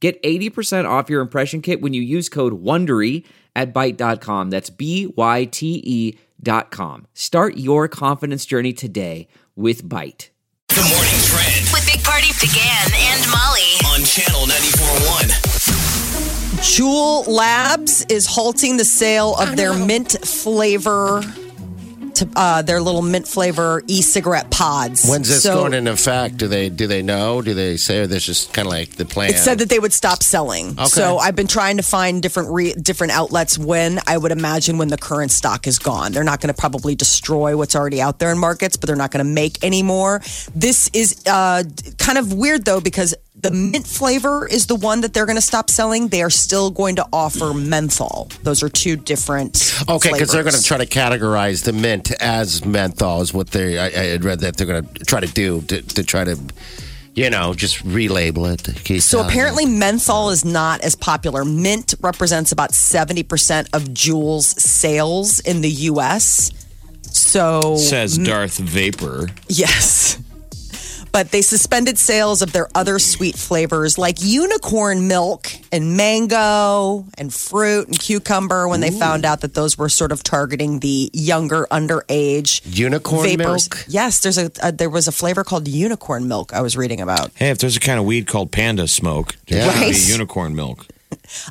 Get 80% off your impression kit when you use code WONDERY at Byte.com. That's b y t e dot com. Start your confidence journey today with Byte. The morning trend with Big Party began and Molly. on channel 941. Jewel Labs is halting the sale of their mint flavor, to, uh, their little mint flavor e-cigarette pods. When's this So going into effect? Do they do they know? Do they say or this is kind of like the plan? It said that they would stop selling. Okay. So I've been trying to find different re- different outlets. When I would imagine when the current stock is gone, they're not going to probably destroy what's already out there in markets, but they're not going to make any more. This is uh, kind of weird though because the mint flavor is the one that they're going to stop selling. They are still going to offer menthol. Those are two different. okay because they're going to flavors. try to categorize the mint as menthol is what they I, I had read that they're going to try to do to, to try to you know just relabel it. Keep So telling apparently, me. menthol is not as popular. Mint represents about 70% of Juul's sales in the US. So, Says Darth Vapor. yes. But they suspended sales of their other sweet flavors like unicorn milk and mango and fruit and cucumber when they found out that those were sort of targeting the younger, underage unicorn vapors. milk. Yes, there's a, a there was a flavor called unicorn milk I was reading about. Hey, if there's a kind of weed called panda smoke, there Yeah. should be Right. unicorn milk.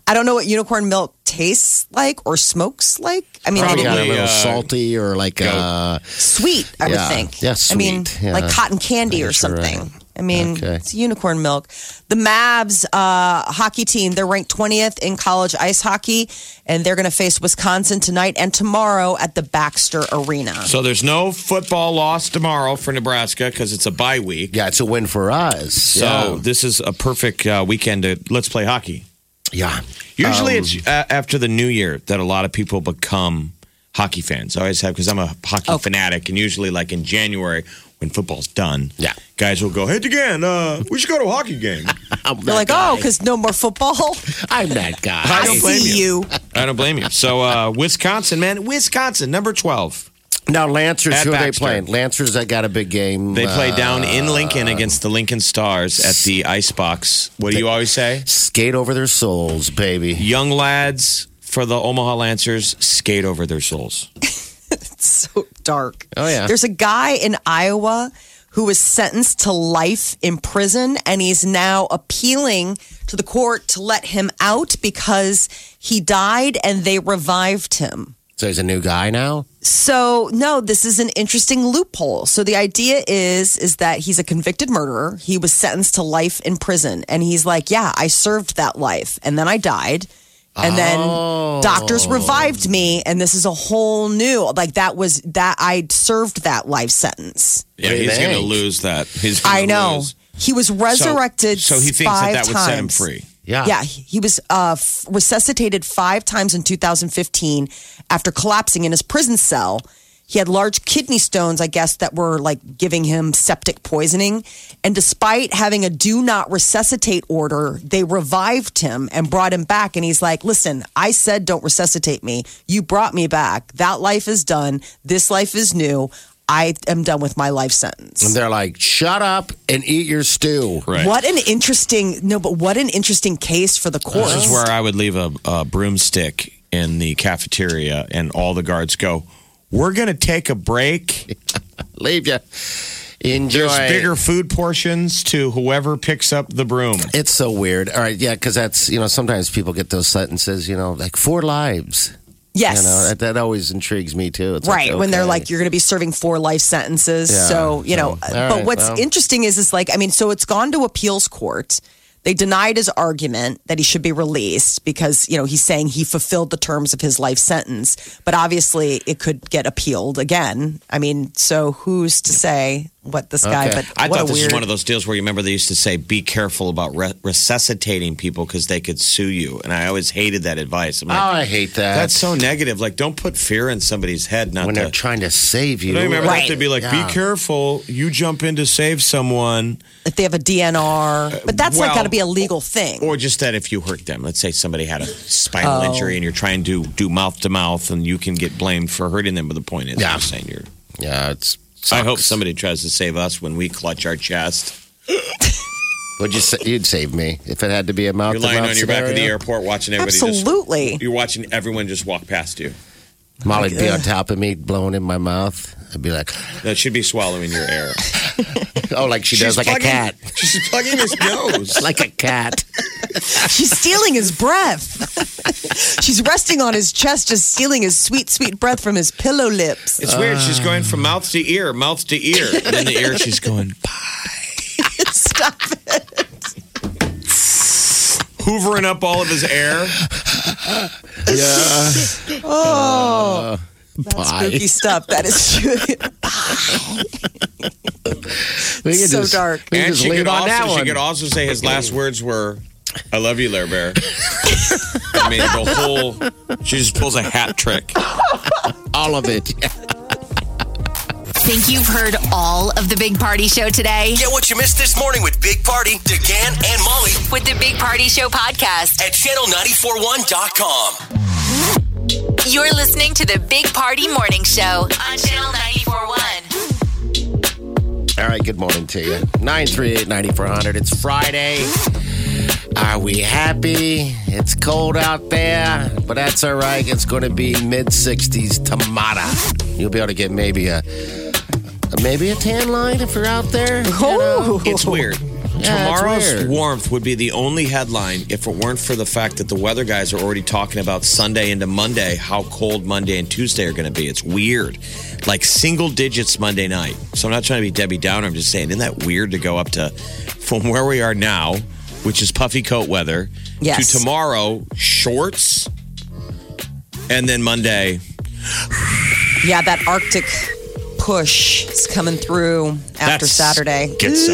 I don't know what unicorn milk tastes like or smokes like. I mean, Probably I got a mean, little uh, salty or like uh sweet, I Yeah. would think. Yeah, I mean, sweet, yeah. like cotton candy or I guess you're something. right. I mean, Okay. it's unicorn milk. The Mavs uh, hockey team, they're ranked 20th in college ice hockey, and they're going to face Wisconsin tonight and tomorrow at the Baxter Arena. So there's no football loss tomorrow for Nebraska because it's a bye week. yeah, it's a win for us. So this is a perfect uh, weekend to let's play hockey. yeah. Usually it's uh, after the new year that a lot of people become hockey fans. I always have because I'm a hockey fanatic, and usually like in January when football's done, Yeah. guys will go, "Hey, again, uh, we should go to a hockey game." I'm They're like, that guy. oh, because no more football? I'm that guy. I, don't blame see you. I don't blame you. So uh, Wisconsin, man, Wisconsin, number twelve. Now Lancers, At who are they Baxter. playing? Lancers, I got a big game. They play uh, down in Lincoln against the Lincoln Stars at the Icebox. What do you always say? skate over their souls, baby. Young lads for the Omaha Lancers skate over their souls. so dark. Oh, yeah. There's a guy in Iowa who was sentenced to life in prison and he's now appealing to the court to let him out because he died and they revived him. So he's a new guy now. So no, this is an interesting loophole. So the idea is is that he's a convicted murderer. He was sentenced to life in prison and he's like, "Yeah, I served that life and then I died." And then Oh. doctors revived me and this is a whole new like that was that I served that life sentence. Yeah, What do you he's going to think? lose that. He's gonna I know. lose. He was resurrected So, so he thinks five that that would set him times. free. Yeah. Yeah, he he was uh, f- resuscitated five times in 2015 after collapsing in his prison cell. He had large kidney stones, I guess, that were like giving him septic poisoning. And despite having a do not resuscitate order, they revived him and brought him back. And he's like, listen, I said don't resuscitate me. You brought me back. That life is done. This life is new. I am done with my life sentence. And they're like, shut up and eat your stew. Right. What an interesting no, but what an interesting case for the court. This is where I would leave a, a broomstick in the cafeteria, and all the guards go, "We're going to take a break." Leave you. Enjoy. There's bigger food portions to whoever picks up the broom. It's so weird. All right. Yeah. Because that's, you know, sometimes people get those sentences, you know, like four lives. yes. You know, that, that always intrigues me too. It's right. When they're okay. like, you're going to be serving four life sentences. Yeah, so, you know, so, all but right, what's well. interesting is, is like, I mean, so it's gone to appeals court. They denied his argument that he should be released because, you know, he's saying he fulfilled the terms of his life sentence. But obviously, it could get appealed again. I mean, so who's to say what this guy, Okay. but I what thought a this weird. was one of those deals where you remember they used to say, "Be careful about re- resuscitating people because they could sue you," and I always hated that advice. I'm Oh, like, I hate that. that's so negative. Like, don't put fear in somebody's head. Not when to, they're trying to save you. I remember Right. that they'd be like, Yeah. "Be careful! You jump in to save someone." if they have a DNR, but that's like well, got to be a legal thing. Or just that if you hurt them, let's say somebody had a spinal Oh. injury and you're trying to do mouth to mouth and you can get blamed for hurting them. But the point is, Yeah. I'm saying you're. Yeah, it's. I hope somebody tries to save us when we clutch our chest. Would you sa- you'd save me if it had to be a mouth. You're lying on your back at the scenario. airport watching everybody. Absolutely. Just, you're watching everyone just walk past you. Molly'd be on top of me, blowing in my mouth. I'd be like, That should be swallowing your air. oh, like she does, like a cat, She's plugging his nose. like a cat. She's stealing his breath. She's resting on his chest, just stealing his sweet, sweet breath from his pillow lips. It's weird. She's going from mouth to ear, mouth to ear. And then the ear, she's going, Stop it. hoovering up all of his air. Yeah. That's spooky stuff. That is true. We can So dark. We can and just she leave could, on also, that she one. could also say his last words were, I love you, Lair Bear. I mean, the whole, she just pulls a hat trick. All of it. Think you've heard all of the Big Party Show today? Get what you missed this morning with Big Party, DeGan, and Molly With the Big Party Show podcast, at channel941.com. you're listening to the Big Party Morning Show on Channel 941. All right, good morning to you. 938-9400. It's Friday. Are we happy? It's cold out there, but that's all right. It's going to be mid-60s tomorrow. You'll be able to get maybe a maybe a tan line if you're out there. you Oh. know? It's weird. Yeah, it's Tomorrow's weird. warmth would be the only headline if it weren't for the fact that the weather guys are already talking about Sunday into Monday, how cold Monday and Tuesday are going to be. It's weird. Like single digits Monday night. So I'm not trying to be Debbie Downer. I'm just saying, isn't that weird to go up to from where we are now, which is puffy coat weather, Yes. to tomorrow, shorts, and then Monday, Yeah, that Arctic push is coming through after That's- Saturday. Get so.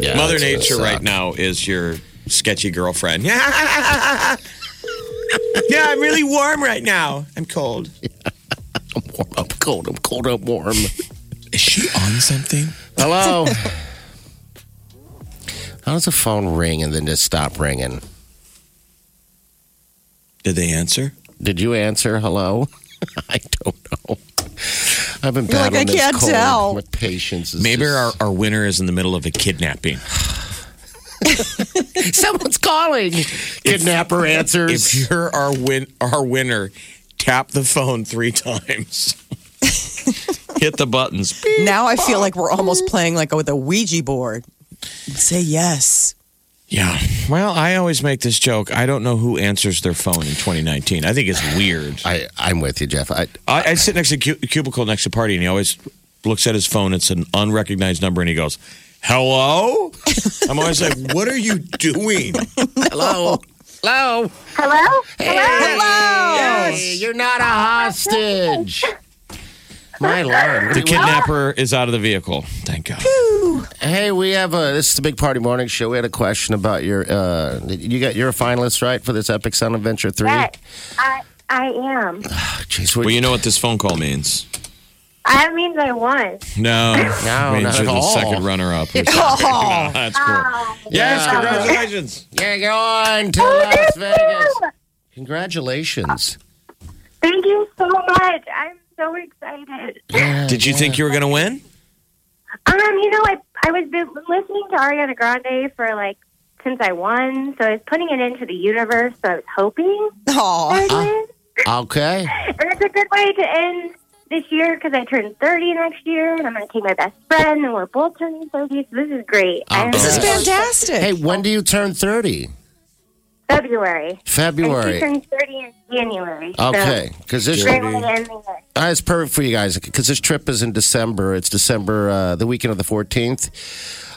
Yeah, Mother that's gonna Nature right suck. now is your sketchy girlfriend. yeah, I'm really warm right now. I'm cold. warm. I'm cold. I'm cold. I'm warm. Is she on something? Hello. How does a phone ring and then just stop ringing? Did they answer? Did you answer hello? I don't know. I've been You're like, battling I this can't cold. tell. My patience is Maybe our, just- our winner is in the middle of a kidnapping. someone's calling. Kidnapper If answers. you're our win our winner, tap the phone three times. Hit the buttons. Now I feel like we're almost playing like with a Ouija board. Say yes. Yeah. Well, I always make this joke. I don't know who answers their phone in 2019. I think it's weird. I, I'm with you, Jeff. I, I, I sit next to cu- cubicle next to party, and he always looks at his phone. It's an unrecognized number, and he goes, "Hello." I'm always like, "What are you doing?" hello. Hello. Hello? Hello. Yes. You're not a hostage. My lord. The kidnapper is out of the vehicle. Thank God. Hey, we have a. This is the Big Party Morning Show. We had a question about your. Uh, you got. You're a finalist, right, for this Epic Sound Adventure three. Oh, Yes, I I am. Jeez, Well, you know what this phone call means. That means I won. No, No, not means you're at the all. second runner-up. or something. No, that's cool. Yes, congratulations. You're going to Oh, Las Vegas. Congratulations. Thank you so much. I'm so excited. Did you think you were going to win? Um, you know, I I was been listening to Ariana Grande for like since I won, so I was putting it into the universe. So I was hoping Oh, Ah. I'd win, Okay. and it's a good way to end this year because I turn 30 next year, and I'm going to take my best friend, and we're both turning 30. So this is great. Um, I'm this this is really- fantastic. Hey, when do you turn 30? February. And she February. turns 30 in January. so Okay, because this right when we end the year. Uh, it's perfect for you guys because this trip is in December. It's December, uh, the weekend of the 14th.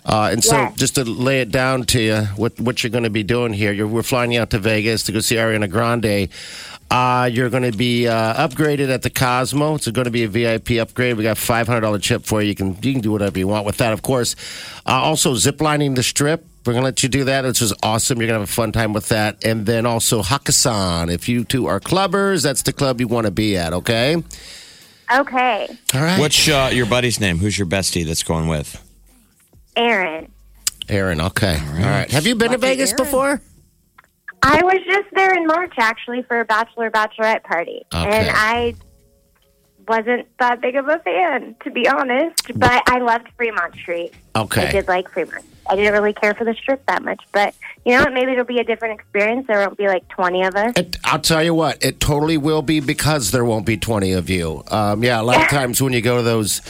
Uh, and so, Yes. just to lay it down to you, what, what you're going to be doing here, you're, we're flying you out to Vegas to go see Ariana Grande. Uh, you're going to be uh, upgraded at the Cosmo. It's going to be a VIP upgrade. We got $500 chip for you. You can you can do whatever you want with that, of course. Uh, also, ziplining the strip. We're going to let you do that, which is awesome. You're going to have a fun time with that. And then also Hakkasan. If you two are clubbers, that's the club you want to be at, okay? Okay. All right. What's uh, your buddy's name? Who's your bestie that's going with? Aaron. Aaron? Okay. All right. Have you been to Vegas before? I was just there in March actually for a bachelor bachelorette party, Okay. and I wasn't that big of a fan to be honest. But I loved Fremont Street. I Okay. did like Fremont. I didn't really care for the strip that much, but you know what? Maybe it'll be a different experience. There won't be like twenty of us. It, I'll tell you what, it totally will be because there won't be 20 of you. Um, yeah, a lot of times when you go to those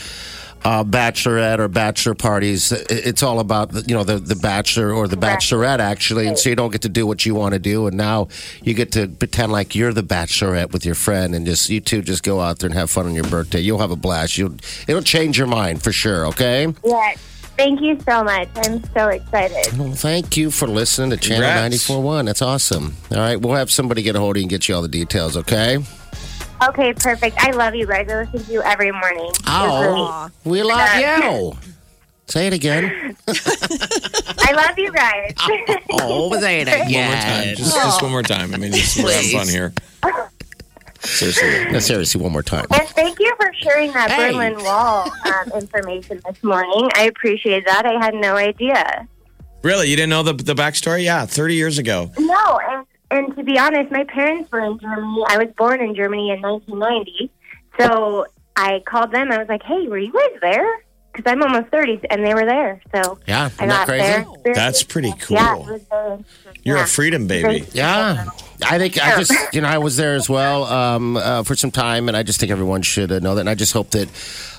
uh, bachelorette or bachelor parties, i- it's all about, the- you know, the, the bachelor or the bachelorette, actually. And so you don't get to do what you want to do. And now you get to pretend like you're the bachelorette with your friend and just, you two just go out there and have fun on your birthday. You'll have a blast. You'll, it'll change your mind for sure, okay? Yes. Thank you so much. I'm so excited. Well, thank you for listening to Channel Congrats. 94.1. That's awesome. All right, we'll have somebody get a hold of you and get you all the details, okay? Okay, perfect. I love you guys. I listen to you every morning. Oh, we love you. Say it again. I love you guys. Oh, say it One more time. Uh, Just, just one more time. I mean, just we're having fun here. Seriously. No, seriously, one more time. And thank you for sharing that Hey. Berlin Wall um, information this morning. I appreciate that. I had no idea. Really? You didn't know the, the backstory? Yeah, 30 years ago. No, and, and to be honest, my parents were in Germany. I was born in Germany in 1990. So I called them. I was like, hey, were you guys there? Because I'm almost 30, and they were there. So Yeah, I isn't that got crazy? there. That's pretty cool. Yeah, it was very interesting. You're Yeah. a freedom baby. Yeah. I think I just, you know, I was there as well um, uh, for some time, and I just think everyone should uh, know that. And I just hope that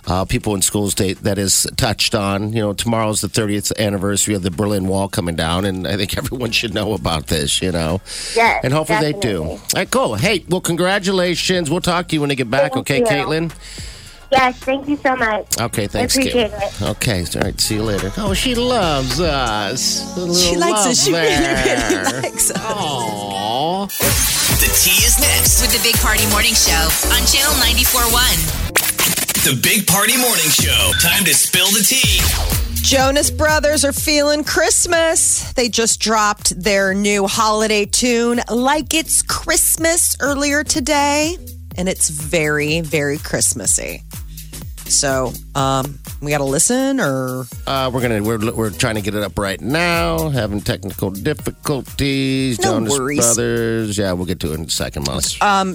uh, people in schools that, that is touched on, you know, tomorrow's the 30th anniversary of the Berlin Wall coming down, and I think everyone should know about this, you know. Yes, And hopefully they do. definitely. All right, cool. Hey, well, congratulations. We'll talk to you when they get back, Thank okay, you. Caitlin? Yes, thank you so much. Okay, thanks, appreciate Caitlin. Okay, all right, see you later. Oh, she loves us. A She little likes love us. She really, there. really likes us. Aw. The tea is next. With the Big Party Morning Show on Channel 94.1. The Big Party Morning Show. Time to spill the tea. Jonas Brothers are feeling Christmas. They just dropped their new holiday tune, Like It's Christmas, earlier today. And it's very, very Christmassy. So um, we got to listen or. Uh, we're gonna we're, we're trying to get it up right now. Having technical difficulties. No Jonas worries. Uh, Brothers. Yeah, we'll get to it in a second, Molly.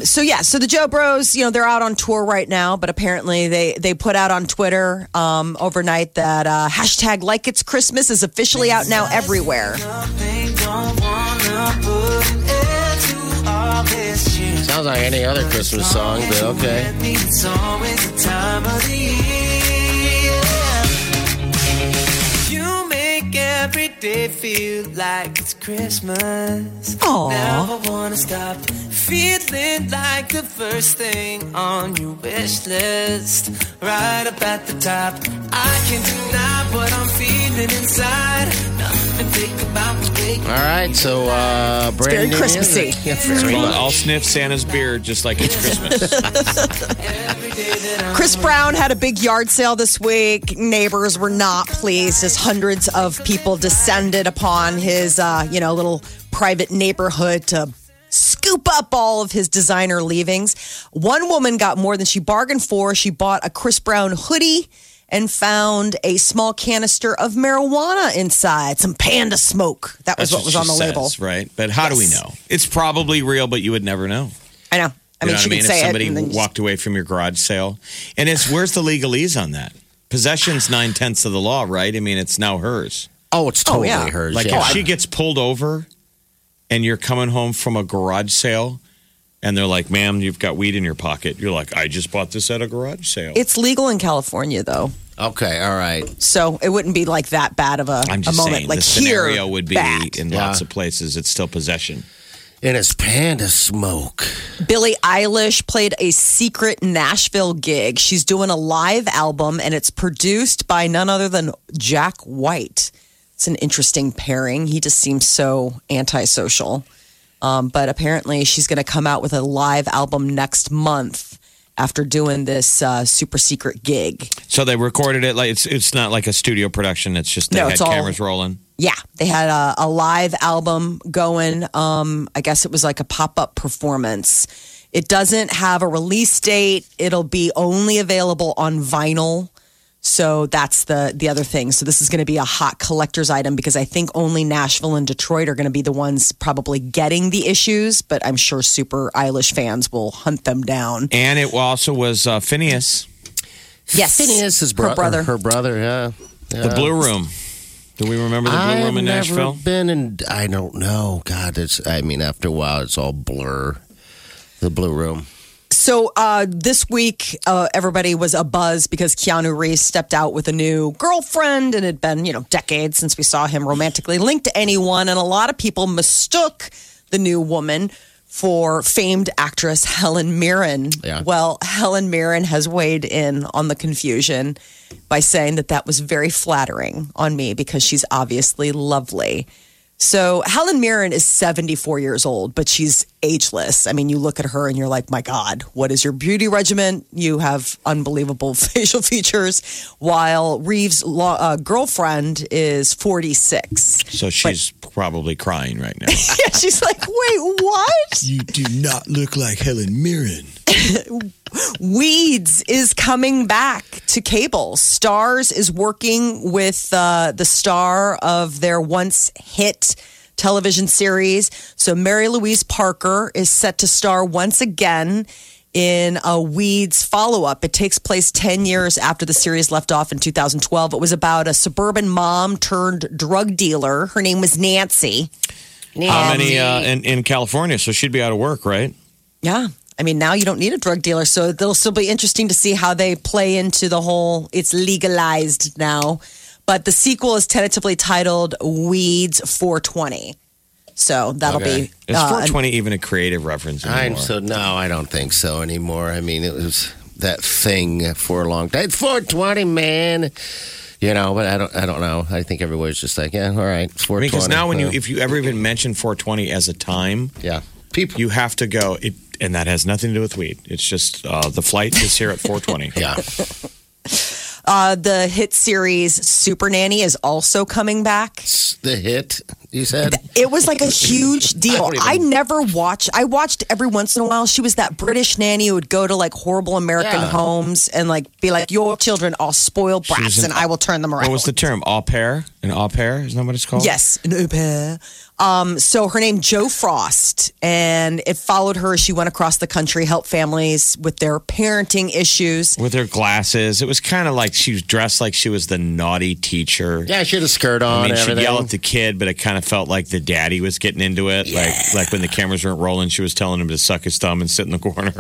so yeah, so the Joe Bros, you know, they're out on tour right now, but apparently they they put out on Twitter um, overnight that uh, hashtag Like It's Christmas is officially out now everywhere. Sounds like any other Christmas song, but okay. You make every day feel like it's Christmas. Aww. Never wanna stop feeling like the first thing on your wish list. Right up at the top, I can deny what I'm feeling inside. Nothing to think about the way All right, so uh, brand very new Christmassy. Mm-hmm. music. Yeah, very Well, much. I'll sniff Santa's beard just like it's Christmas. every day that I'm Chris Brown had a big yard sale this week. Neighbors were not pleased as hundreds of people descended upon his, uh, you know, little private neighborhood to scoop up all of his designer leavings. One woman got more than she bargained for. She bought a Chris Brown hoodie and found a small canister of marijuana inside, some panda smoke. That was That's what was on the she label. says, right? But how do we know? It's probably real, but you would never know. I know. I You mean, know she what I mean? could If say somebody it. and then just- walked away from your garage sale, and it's where's the legalese on that? Possession's nine tenths of the law, right? I mean, it's now hers. Oh, it's totally yeah. oh, hers. Like yeah. if she gets pulled over, and you're coming home from a garage sale, and they're like, "Ma'am, you've got weed in your pocket," you're like, "I just bought this at a garage sale." It's legal in California, though. Okay, all right. So it wouldn't be like that bad of a, I'm a just moment. saying like the here, scenario would be bad. in Yeah. lots of places it's still possession. And it's panda smoke. Billie Eilish played a secret Nashville gig. She's doing a live album and it's produced by none other than Jack White. It's an interesting pairing. He just seems so antisocial. Um, but apparently, she's going to come out with a live album next month after doing this uh, super secret gig. So they recorded it like it's it's not like a studio production. It's just they No, had it's all- cameras rolling. Yeah, they had a, a live album going. Um, I guess it was like a pop up performance. It doesn't have a release date. It'll be only available on vinyl. So that's the the other thing. So this is going to be a hot collector's item because I think only Nashville and Detroit are going to be the ones probably getting the issues. But I'm sure Super Eilish fans will hunt them down. And it also was uh, Phineas, Yes, Phineas is her brother. Her brother, yeah. the Blue Room. Do we remember the Blue I have Room in Uh, never Nashville? been in. I don't know. God, it's. I mean, after a while, it's all blur. The blue room. So uh, this week, uh, everybody was a buzz because Keanu Reeves stepped out with a new girlfriend, and it had been you know decades since we saw him romantically linked to anyone, and a lot of people mistook the new woman for famed actress Helen Mirren. Yeah. Well, Helen Mirren has weighed in on the confusion by saying that that was very flattering on me because she's obviously lovely. So Helen Mirren is 74 years old, but she's ageless. I mean, you look at her and you're like, my God, what is your beauty regimen? You have unbelievable facial features. While Reeves' lo- uh, girlfriend is 46. So she's probably crying right now. Yeah, she's like, wait, what? You do not look like Helen Mirren. Weeds is coming back to cable. Stars is working with uh, the star of their once hit television series. So Mary Louise Parker is set to star once again in a Weeds follow up. It takes place 10 years after the series left off in 2012. It was about a suburban mom turned drug dealer. Her name was Nancy. How many uh, in, in California? So she'd be out of work, right? Yeah. I mean, now you don't need a drug dealer. So it'll still be interesting to see how they play into the whole it's legalized now. But the sequel is tentatively titled Weeds 420. So that'll Okay. be. Is uh, 420 even a creative reference anymore? I'm so no. I don't think so anymore. I mean, it was that thing for a long time. It's 420, man. You know, but I don't. I don't know. I think everybody's just like, yeah, all right, it's I 420. mean, because now when you Uh, if you ever even mention 420 as a time, yeah, people. you have to go. It and that has nothing to do with weed. It's just uh, the flight is here at 420. yeah, uh, the hit series Super Nanny is also coming back. It's the hit you said. It was like a huge deal. don't even- I never watched. I watched every once in a while. She was that British nanny who would go to like horrible American Yeah. homes and like be like, "Your children are spoiled brats, was an- and I will turn them around." What was the term? Au pair? An au pair? Isn't that what it's called? Yes, an au pair. Um, so her name Joe Frost, and it followed her as she went across the country, helped families with their parenting issues. With her glasses. It was kind of like she was dressed like she was the naughty teacher. Yeah, she had a skirt on. I mean, and she'd everything. yell at the kid, but it kind of felt like the daddy was getting into it. Like, like when the cameras weren't rolling, she was telling him to suck his thumb and sit in the corner.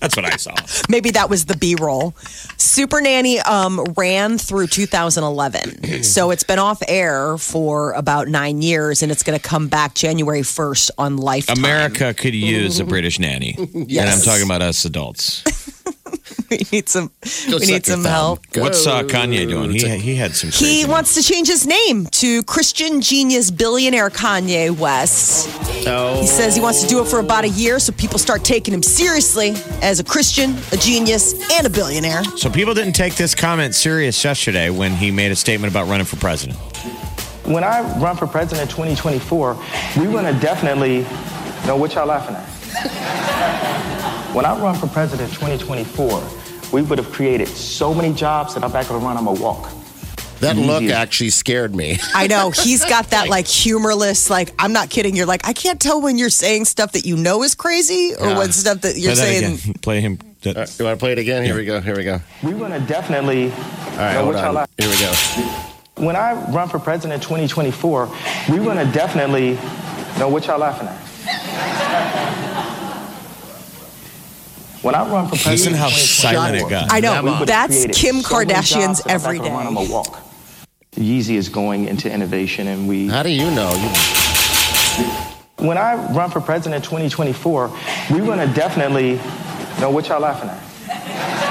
That's what I saw. Maybe that was the B roll. Super Nanny um, ran through 2011, so it's been off air for about nine years, and it's going to come back January 1st on Lifetime. America could use a British nanny, and I'm talking about us adults. we need some. Go we suck need your some thumb. help. Go. What's uh, Kanye doing? He he had some. He crazy- wants to change his name to Christian genius billionaire Kanye West. Oh. He says he wants to do it for about a year so people start taking him seriously as a Christian, a genius, and a billionaire. So people didn't take this comment serious yesterday when he made a statement about running for president. When I run for president in 2024, we want to definitely know what y'all laughing at. when I run for president in 2024, we would have created so many jobs that I'm back going to run, I'm going to walk. that look Easier. actually scared me. I know he's got that like humorless, like, I'm not kidding. You're like, I can't tell when you're saying stuff that you know is crazy or when stuff that you're Play that saying. again. Play him. that- All right, Uh, you want to play it again? Here we go. Here we go. We want to definitely All right, know hold what y'all on. laugh Here we go. When I run for president in 2024, we want to definitely know what y'all laughing at. When I run for president, Listen how in silent it 2024, got. I Come know. on. That's Kim so many jobs Kardashian's that I every could day. run 'em a walk. Yeezy is going into innovation, and we. How do you know? You- When I run for president in 2024, we're going to definitely know what y'all laughing at.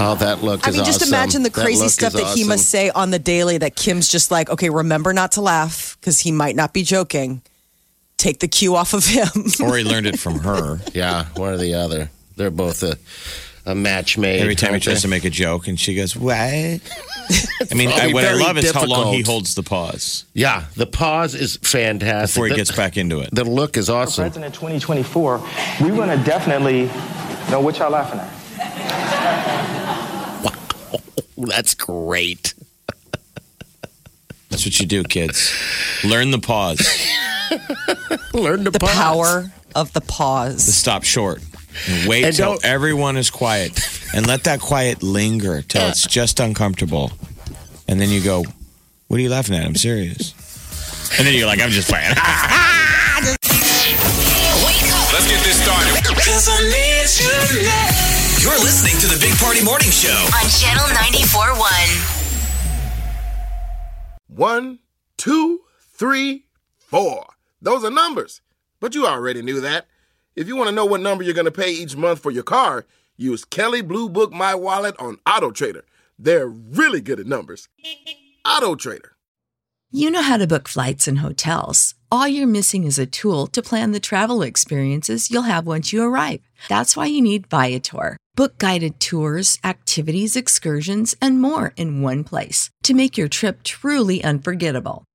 Oh, that look I is mean, just awesome. imagine the That crazy look stuff is that he awesome. must say on the daily that Kim's just like, okay, remember not to laugh because he might not be joking. Take the cue off of him. Or he learned it from her. Yeah, one or the other. They're both a, a match made. Every time he aren't tries to they? make a joke, and she goes, "What?" I mean, I, probably what I very love is how long he difficult. holds the pause Yeah, the pause is fantastic. before he the, gets back into it. The look is For awesome. president in 2024, we're going to definitely know what y'all laughing at. That's great. That's what you do, kids. Learn the pause. Learn to the pause. power of the pause. Stop short. And wait And till don't- everyone is quiet, and let that quiet linger till it's just uncomfortable, and then you go, "What are you laughing at? I'm serious." And then you're like, "I'm just playing." Let's get this started. You're listening to the Big Party Morning Show. on Channel 94.1. One, two, three, four. Those are numbers, but you already knew that. If you want to know what number you're going to pay each month for your car, use Kelly Blue Book My Wallet on Auto Trader. They're really good at numbers. Auto Trader. You know how to book flights and hotels. All you're missing is a tool to plan the travel experiences you'll have once you arrive. That's why you need Viator. Book guided tours, activities, excursions, and more in one place to make your trip truly unforgettable.